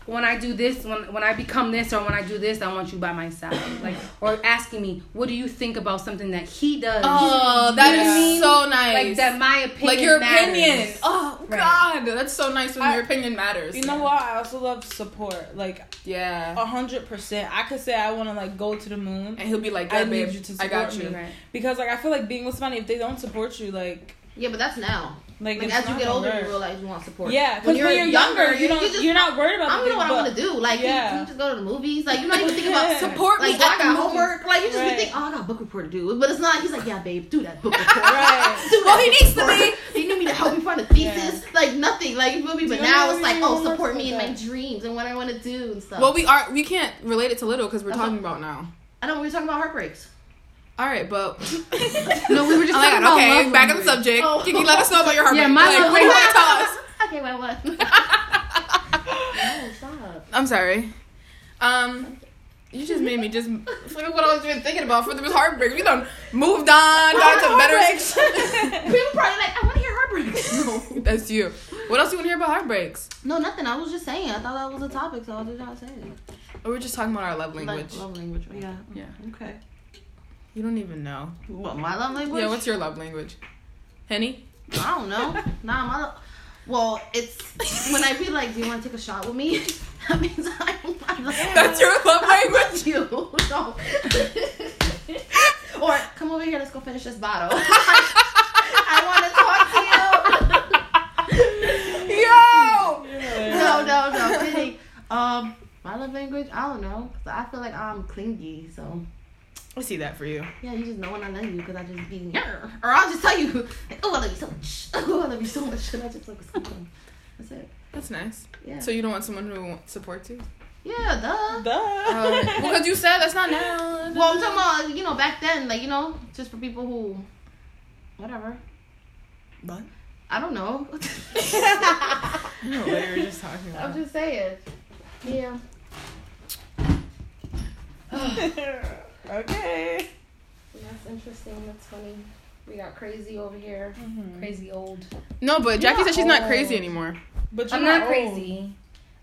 S4: when I do this, when when I become this, or when I do this, I want you by my side. Like or asking me, what do you think about something that he does?
S2: Oh, that
S4: You know what I
S2: is
S4: mean?
S2: so nice.
S4: Like that, my opinion.
S2: like your
S4: matters.
S2: opinion. Oh
S4: Right.
S2: God, that's so nice when
S1: I-
S2: your opinion matters.
S1: You know what? I also love support. Like
S2: Yeah.
S1: a hundred percent. I could say I want to like go to the moon
S2: and he'll be like,
S1: I
S2: yeah, babe,
S1: need you to
S2: I got
S1: support
S2: you.
S1: me.
S4: Right.
S1: because like I feel like being with somebody if they don't support you like
S3: yeah, but that's now.
S1: like,
S3: Like
S1: it's
S3: as you
S1: not
S3: get
S1: gonna
S3: older,
S1: work.
S3: you realize you want support.
S1: yeah. Because when you're, younger, you don't you
S3: just-
S1: are not worried about.
S3: I don't know
S1: anything,
S3: what I want
S1: but-
S3: to do. Like, can you-
S1: Yeah.
S3: can you just go to the movies? Like, you're not even thinking about
S1: Yeah.
S2: Support
S3: like,
S2: me.
S3: oh, I
S2: at the
S3: got
S2: movies.
S3: homework. Like, you just
S1: Right.
S3: be thinking, oh, I got book report to do. But it's not. He's like, yeah, babe, do that book report.
S1: Right.
S3: Do
S2: Well,
S3: that
S2: he
S3: book
S2: needs to
S3: report. He knew me to help me find a thesis. Like, nothing. Like, you feel me? But
S1: you
S3: now
S1: know
S3: it's
S1: what
S3: like,
S1: your
S3: oh,
S1: homework
S3: support
S1: is
S3: me in
S1: like?
S3: my dreams and what I want to do and stuff.
S2: Well, we are. We can't relate it to little because we're
S3: That's
S2: talking about now.
S3: I know we were talking about heartbreaks.
S2: All right, but
S4: No, we were just
S2: oh my God,
S4: talking about
S2: okay,
S4: love
S2: back on the
S4: language.
S2: subject.
S3: Oh.
S2: Can you let us know about your heartbreak?
S4: Yeah, my
S2: like,
S4: love
S2: what do you want to
S4: language-
S2: tell us?
S3: Okay, well, what? oh, stop.
S2: I'm sorry. Um, you just made me just forget what I was even thinking about for the heartbreak. We done moved on, got into better.
S3: People probably like, I want to hear heartbreaks.
S2: That's you. What else do you want to hear about heartbreaks?
S3: no, nothing. I was just saying. I thought that was a topic, so I did not say it.
S2: Or Oh, we're just talking about our love language.
S3: Like, love language. Yeah.
S2: Yeah.
S3: Okay.
S2: You don't even know.
S3: What my love language?
S2: Yeah, what's your love language? Henny?
S3: I don't know. Nah, my love. Well, it's when I be like, "Do you want to take a shot with me?" that means I, I love
S2: That's your love language?
S3: you. No. or come over here. Let's go finish this bottle. I want to talk to you.
S2: Yo!
S3: no, no, no. kidding. Um, my love language, I don't know. 'Cause I feel like I'm clingy, so
S2: I see that for you.
S3: yeah, you just know when I love you because I just be "Nyeh." or I'll just tell you, like, oh, I love you so much. Oh, I love you so much, and I just like squeeze them. That's it.
S2: That's nice.
S3: Yeah.
S2: So you don't want someone who won't support you?
S3: yeah, duh.
S2: Uh,
S1: Duh.
S2: because you said that's not now.
S3: Well, I'm talking about you know back then, like you know, just for people who, whatever.
S2: What?
S3: I don't know.
S2: I know what you were just talking
S3: I'm
S2: about.
S3: just saying. Yeah.
S1: okay.
S3: That's interesting. That's funny. We got crazy over here.
S1: Mm-hmm.
S4: Crazy old.
S2: No, but Jackie said she's not
S4: old.
S2: crazy anymore.
S1: But you're
S4: I'm not
S1: old.
S4: crazy.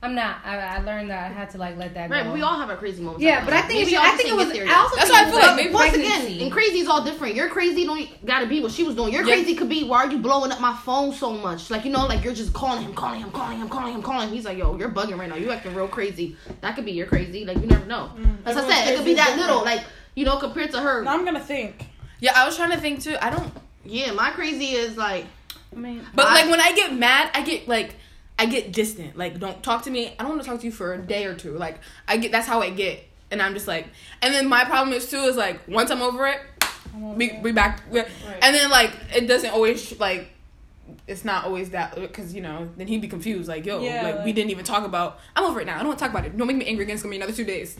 S4: I'm not. I, I learned that I had to like let that
S3: Right,
S4: go.
S3: but we all have our crazy moments.
S4: Yeah, but I think
S3: Maybe
S4: it's,
S3: y'all
S4: I
S3: just
S4: think it
S3: didn't
S4: was.
S3: get there
S4: I
S3: yet.
S4: also
S2: That's
S4: think
S2: why I
S4: it
S2: feel
S4: was
S2: like maybe-
S4: about
S3: Once
S4: pregnancy.
S3: again, and crazy is all different. Your crazy don't gotta be what she was doing. Your
S2: Yeah.
S3: crazy could be why are you blowing up my phone so much? Like you know, like you're just calling him, calling him, calling him, calling him, calling. him. He's like, yo, you're bugging right now. You acting real crazy. That could be your crazy. Like you never know. As I
S1: everyone's
S3: said, it could
S1: crazy
S3: be
S1: is
S3: that
S1: different.
S3: little. Like you know, compared to her.
S1: Now I'm gonna think.
S2: Yeah, I was trying to think too. I don't.
S3: Yeah, my crazy is like
S4: I mean,
S2: But
S3: I-
S2: like when I get mad, I get like. I get distant. Like, don't talk to me. I don't want to talk to you for a day or two. Like, I get that's how I get, and I'm just like. And then my problem is too is like once I'm over it,
S1: I'm over
S2: we
S1: it.
S2: we back, we- and then like it doesn't always like it's not always that because you know then he'd be confused like yo
S1: Yeah,
S2: like, we
S1: like-
S2: didn't even talk about I'm over it now I don't want to talk about it don't make me angry again it's gonna be another two days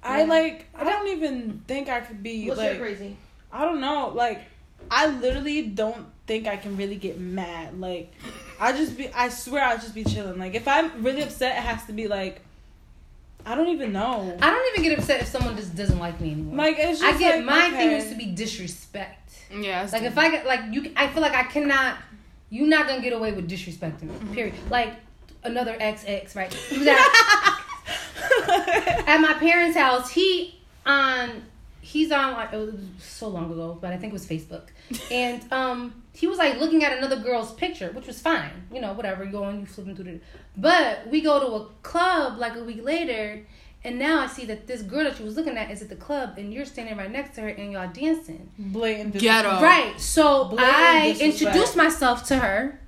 S1: I like. I don't even think I could be
S3: what's
S1: like.
S3: your crazy?
S1: I don't know. Like, I literally don't think I can really get mad. Like, I just be. I swear I'll just be chilling. Like, if I'm really upset, it has to be like I don't even know.
S4: I don't even get upset if someone just doesn't like me anymore.
S1: Like it's just
S4: I get
S1: like,
S4: my
S1: okay.
S4: thing used to be disrespect.
S2: Yeah. it's
S4: Like if
S2: different.
S4: I get like you, I feel like I cannot. You're not gonna get away with disrespecting me. Period. Like another XX, right? He was at, at my parents' house. He on he's on like it was so long ago, but I think it was Facebook. And um, he was like looking at another girl's picture, which was fine. You know, whatever. You go and you flipping through the. But we go to a club like a week later. And now I see that this girl that you was looking at is at the club, and you're standing right next to her, and y'all dancing.
S1: blatant disrespect.
S2: Ghetto.
S4: Right. So
S1: Blatant
S4: I
S1: disrespect.
S4: introduced myself to her,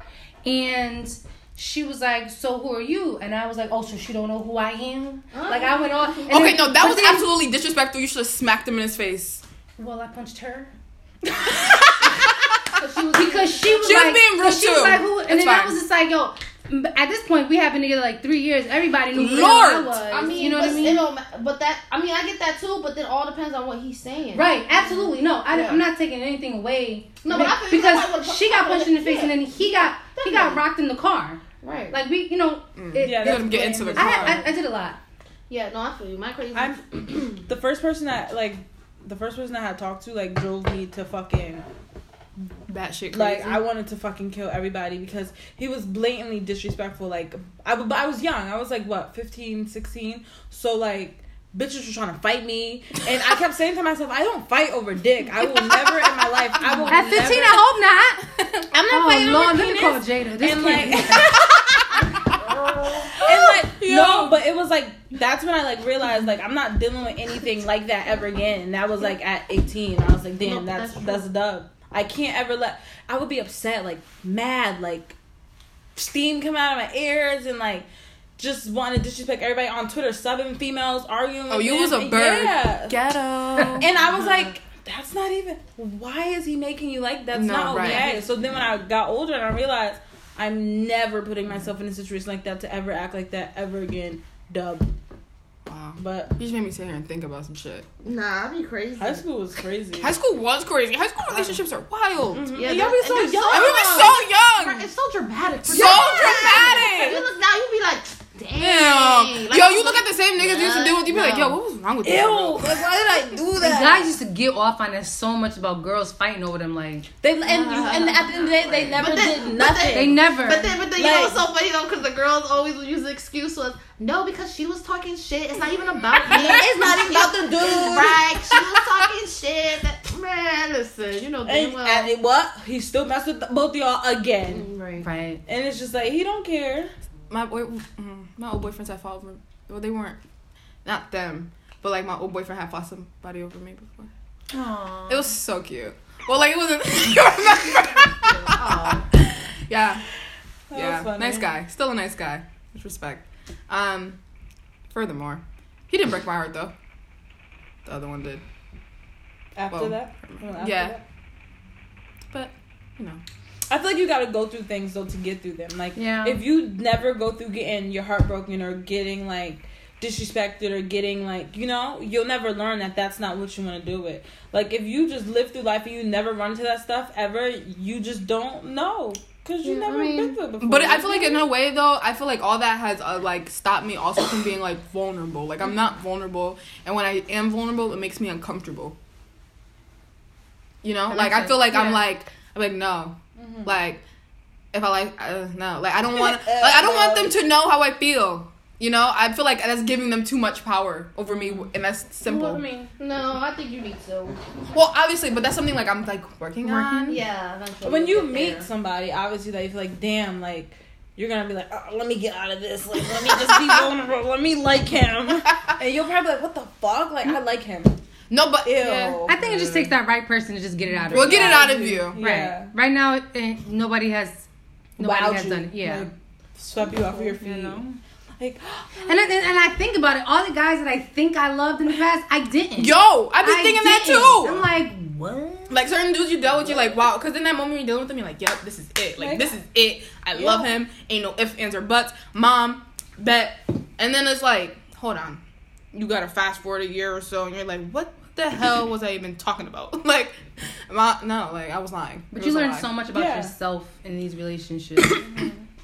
S4: and she was like, "So who are you?" And I was like, "Oh, so she don't know who I am."
S3: Oh.
S4: Like I went on. and
S2: Okay,
S4: then-
S2: no, that
S4: but
S2: was
S4: then-
S2: absolutely disrespectful. You should have smacked him in his face.
S4: Well, I punched her. So she was- because she was
S2: She was
S4: like,
S2: being rude
S4: so she was
S2: too.
S4: like, who? And
S2: It's
S4: then I
S2: fine.
S4: was just like, yo. m- At this point, we have been together like three years. Everybody knew who the hell I
S2: Lord.
S4: was.
S3: I mean,
S4: you know what I
S3: but
S4: mean?
S3: It don't, ma- but that I mean, I get that too. But then all depends on what he's saying.
S4: Right, absolutely. No, I,
S3: Yeah.
S4: am not taking anything away.
S3: No, but I feel you. Nobody would've
S4: because
S3: punched
S4: she got
S3: her.
S4: punched in the face,
S3: Yeah.
S4: and then he got he got
S3: Definitely.
S4: rocked in the car.
S3: Right.
S4: Like we, you know, it-
S1: Yeah,
S4: it-
S2: You let him get into the
S4: I,
S2: car.
S4: had- I I did a lot.
S3: yeah. No, I feel you. My crazy.
S1: I'm the first person that like the first person that I had talked to like drove me to fucking
S2: That shit crazy.
S1: like I wanted to fucking kill everybody because he was blatantly disrespectful like I w- but I was young I was like what 15 16 so like bitches were trying to fight me and I kept saying to myself I don't fight over dick I will never in my life I will
S4: At 15,
S1: never-
S4: I hope not.
S1: I'm not fighting over
S4: Oh, Lord, let me
S1: penis.
S4: call Jada. This
S1: and like
S4: can't be-
S1: and like no but it was like that's when i like realized like i'm not dealing with anything like that ever again and that was like at 18 i was like
S3: No,
S1: damn that's
S3: that's
S1: that's,
S3: true.
S1: a dub i can't ever let i would be upset like mad like steam come out of my ears and like just wanting to disrespect everybody on twitter subbing females arguing
S2: oh,
S1: with
S2: you
S1: them.
S2: was a bird.
S1: yeah
S2: Ghetto.
S1: and I
S2: Uh-huh.
S1: was like, that's not even. Why is he making you like that's
S2: No,
S1: not
S2: right.
S1: okay? So then when I got older and I realized I'm never putting myself in a situation like that to ever act like that ever again. Dub,
S2: wow.
S1: but
S2: You just made me sit here and think about some shit.
S3: nah, I'd be crazy.
S1: high school was crazy.
S2: High school was crazy. High school
S1: Uh-huh.
S2: relationships are wild.
S1: Mhm.
S3: Yeah,
S1: And y'all
S3: that-
S1: be so
S3: and they're
S1: young.
S2: And we were so young.
S3: It's so dramatic.
S2: So
S3: If you
S2: dramatic.
S3: look now, you be like, damn.
S2: Damn.
S3: Like,
S2: Yo, you look at the same niggas you used to
S3: Yeah,
S2: deal with. You be like,
S3: no.
S2: yo, what was wrong with
S1: Ew!
S2: you?
S1: Like, why did I do
S4: The
S1: that?
S4: guys used to get off on that so much about girls fighting over them. Like
S1: They and, you, and at the end of the day, they never
S3: But then-
S1: did
S3: but
S1: nothing.
S4: they never.
S3: But then, but then, you know
S1: Like-
S3: what's so funny though? Because the girls always would use the excuse was, no, because she was talking shit. It's not even about me.
S1: it's not even about the dude.
S3: Right? She was talking shit. That, man, listen, you know damn
S1: And,
S3: well.
S1: and it- what? He still messed with the, both of y'all again,
S3: Right.
S4: right.
S1: and it's just like he don't care.
S2: my boy, mm, my old boyfriends had fought over. Well, they weren't, not them, but like my old boyfriend had fought somebody over me before. It was so cute. Well, like it wasn't. you remember? yeah,
S1: That was
S2: yeah.
S1: funny.
S2: Nice guy. Still a nice guy. With respect. Um, furthermore, he didn't break my heart though. The other one did.
S1: After
S2: Well,
S1: that, After
S2: yeah.
S1: that?
S2: But you know,
S1: I feel like you gotta go through things though to get through them. Like
S4: Yeah.
S1: if you never go through getting your heart broken or getting like disrespected or getting like you know you'll never learn that that's not what you want to do with like if you just live through life and you never run into that stuff ever you just don't know because you
S4: Yeah,
S1: never
S4: I mean-
S1: been through it before
S2: but I feel like in a way though, I feel like all that has uh, like stopped me also from being like vulnerable. Like I'm not vulnerable, and when I am vulnerable, it makes me uncomfortable. You know,
S4: That
S2: like
S4: makes
S2: I feel like I'm
S4: sense.
S2: like I'm like no,
S1: Mhm.
S2: Mm-hmm. like if I like uh, no, like I don't want like I don't want them to know how I feel. You know, I feel like that's giving them too much power over me, and that's simple.
S1: Well, I
S2: Well,
S1: mean,
S3: No, I think you need to.
S2: obviously, but that's something like I'm like working, on.
S3: Yeah. eventually
S1: when you
S3: get
S1: meet
S3: there.
S1: somebody obviously that you feel like damn like you're gonna be like oh, let me get out of this like let me just be vulnerable let me like him and you'll probably be like what the fuck like I like him
S2: No, but
S1: ew
S2: yeah.
S4: I think it just takes that right person to just get it out of.
S2: We'll
S4: you.
S2: get it out of you.
S4: Right.
S1: Yeah.
S4: Right now, eh, nobody has. Nobody
S1: Wowed
S4: has
S1: you.
S4: done it. Yeah.
S1: Like, swept you off of your feet.
S2: You know.
S1: Like,
S4: and, I, and and I think about it. All the guys that I think I loved in the past, I didn't.
S2: Yo, I've been
S4: I
S2: thinking that
S4: didn't.
S2: too.
S4: I'm like, what?
S2: Like certain dudes you dealt with, you're like, wow. Because in that moment you're dealing with them, you're like, yep, this is it. Like,
S1: Like-
S2: this is it. I love
S1: Yeah.
S2: him. Ain't no ifs, ands, or buts. Mom, bet. And then it's like, hold on. You gotta fast forward a year or so, and you're like, what the hell was I even talking about? like, my, no, like I was lying. It
S4: But
S2: was
S4: you
S2: a
S4: learn
S2: lie.
S4: so much about
S1: Yeah.
S4: yourself in these relationships.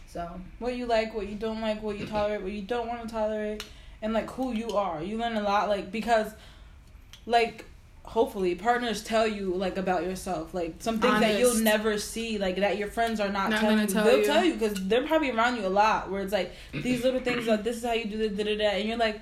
S4: so
S1: what you like, what you don't like, what you tolerate, what you don't want to tolerate. and like who you are. You learn a lot like because like hopefully partners tell you like about yourself like some things that you'll
S2: Honest.
S1: never see like that your friends are not,
S2: Not
S1: telling
S2: gonna
S1: you
S2: tell
S1: they'll
S2: you.
S1: tell you because they're probably around you a lot where it's like these little things like this is how you do this da da da and you're like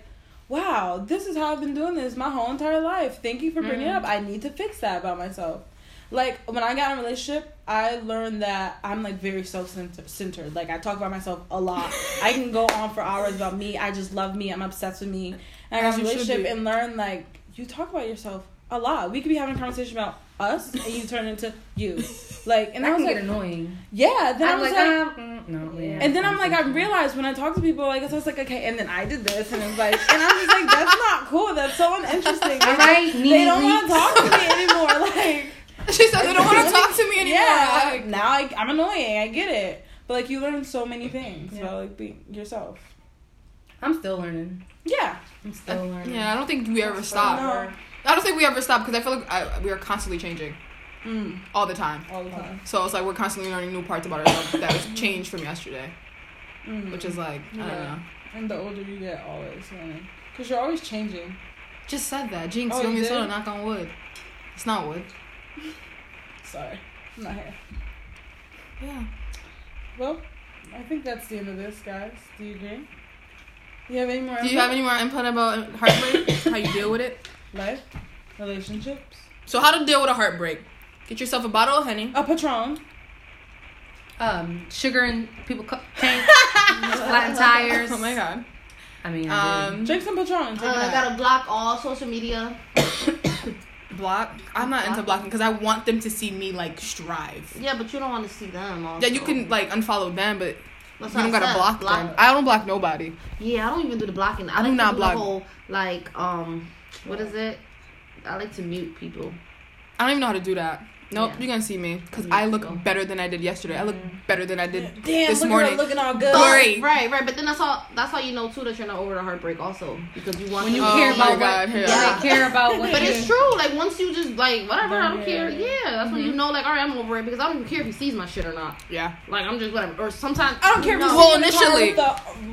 S1: wow this is how i've been doing this my whole entire life thank you for bringing it up
S2: Mm-hmm.
S1: i need to fix that about myself like when i got in a relationship i learned that i'm like very self-centered like i talk about myself a lot i can go on for hours about me i just love me i'm obsessed with me and i
S2: As
S1: got in a
S2: you should
S1: relationship
S2: be.
S1: and learn like you talk about yourself a lot we could be having a conversation about us and you turn into you like and
S4: that
S1: i was
S4: can
S1: like
S4: get annoying.
S1: yeah then i
S4: I'm
S1: was
S4: like,
S1: like
S4: um, mm, no, yeah.
S1: and then I'm like, I realized when I talk to people, like, so it's like, okay, and then I did this, and it's like, and I'm just like, that's not cool. That's so uninteresting.
S4: all right,
S1: They don't want to talk to me anymore. Like,
S2: She said they don't want to talk to me anymore.
S1: yeah,
S2: Like,
S1: now I, I'm annoying. I get it. But like, you learn so many things
S4: Yeah.
S1: about like being yourself.
S4: I'm still learning.
S1: Yeah.
S4: I'm still learning.
S2: yeah, I don't think we ever
S1: I
S2: stop.
S1: know.
S2: I don't think we ever stop because I feel like I, we are constantly changing
S1: Mm,
S2: all the time.
S1: all the time.
S2: So it's like we're constantly learning new parts about ourselves that was changed from yesterday,
S1: Mm.
S2: which is like I don't
S1: Yeah.
S2: know.
S1: and the older you get, always learning, cause you're always changing.
S2: Just said that jinx.
S1: Oh,
S2: you
S1: you
S2: owe me a
S1: did?
S2: soda. Knock on wood. It's not wood.
S1: Sorry, I'm not here.
S2: Yeah.
S1: Well, I think that's the end of this, guys. Do you agree? You have any more?
S2: Do you
S1: input?
S2: have any more input about heartbreak? how you deal with it?
S1: life, relationships,
S2: So how to deal with a heartbreak? Get yourself a bottle of honey.
S1: a patron.
S4: Um, sugar and people cu- paint, flatten tires.
S2: Oh my god.
S4: I mean, I do.
S2: Um,
S1: Drink some patron. Take
S3: Uh,
S1: it
S3: I
S1: out.
S3: gotta block all social media.
S2: block. I'm not into
S3: Block.
S2: blocking because I want them to see me like strive.
S3: Yeah, but you don't want to see them. Also.
S2: Yeah, you can like unfollow them, but
S3: That's
S2: you
S3: what
S2: don't
S3: I
S2: gotta
S3: said.
S2: block, them. I don't block nobody.
S3: Yeah, I don't even do the blocking. I
S2: do
S3: like
S2: not
S3: to do
S2: block.
S3: The whole, like um, what is it? I like to mute people.
S2: I don't even know how to do that. Nope,
S3: Yeah.
S2: you're gonna see me because
S3: Yeah,
S2: I look
S3: people.
S2: better than I did yesterday. I look better than I did
S1: Damn,
S2: this
S1: look at her
S2: morning.
S1: looking all good.
S2: But- Sorry.
S3: Right, right. But then that's how that's how you know too that you're not over the heartbreak also because you want
S4: when you
S3: them-
S2: Oh
S4: care
S2: my
S4: about
S2: God,
S4: what,
S2: here.
S4: yeah. they care about what.
S3: But
S4: you-
S3: it's true. Like once you just like whatever, I don't
S1: Yeah.
S3: care. Yeah, that's when you know. Like all right, I'm over it because I don't even care if he sees my shit or not.
S2: Yeah.
S3: Like I'm just whatever. Or sometimes
S1: I don't care if
S3: No.
S1: it's
S2: Well,
S1: in the car
S2: initially-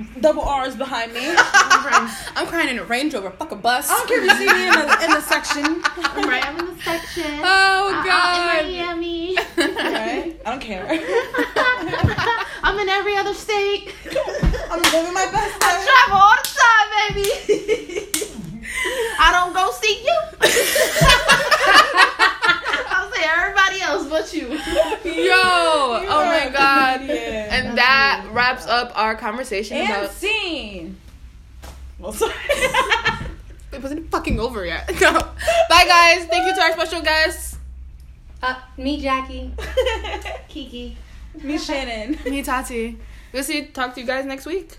S1: with the double R's behind me. I
S2: I'm crying in a Range Rover. Fuck a bus.
S1: don't care if you see me in the, in the section.
S3: I'm right. I'm in the section.
S2: Oh
S3: I- I'm in
S2: god.
S3: Miami.
S1: Right? I don't care.
S3: I'm in every other state.
S1: I'm living my best
S3: I
S1: life.
S3: travel all the time, baby. I don't go see you. I'll say everybody else but you.
S2: Yo. Oh
S1: are
S2: my
S1: a
S2: god.
S1: comedian.
S2: And that wraps up our conversation
S1: And
S2: about.
S1: scene. Well, sorry.
S2: It wasn't fucking over yet. No. Bye guys. Thank you to our special guest.
S4: Uh, me, Jackie.
S3: Kiki.
S1: me, Shannon.
S2: Me Tati. We'll see. Talk to you guys next week.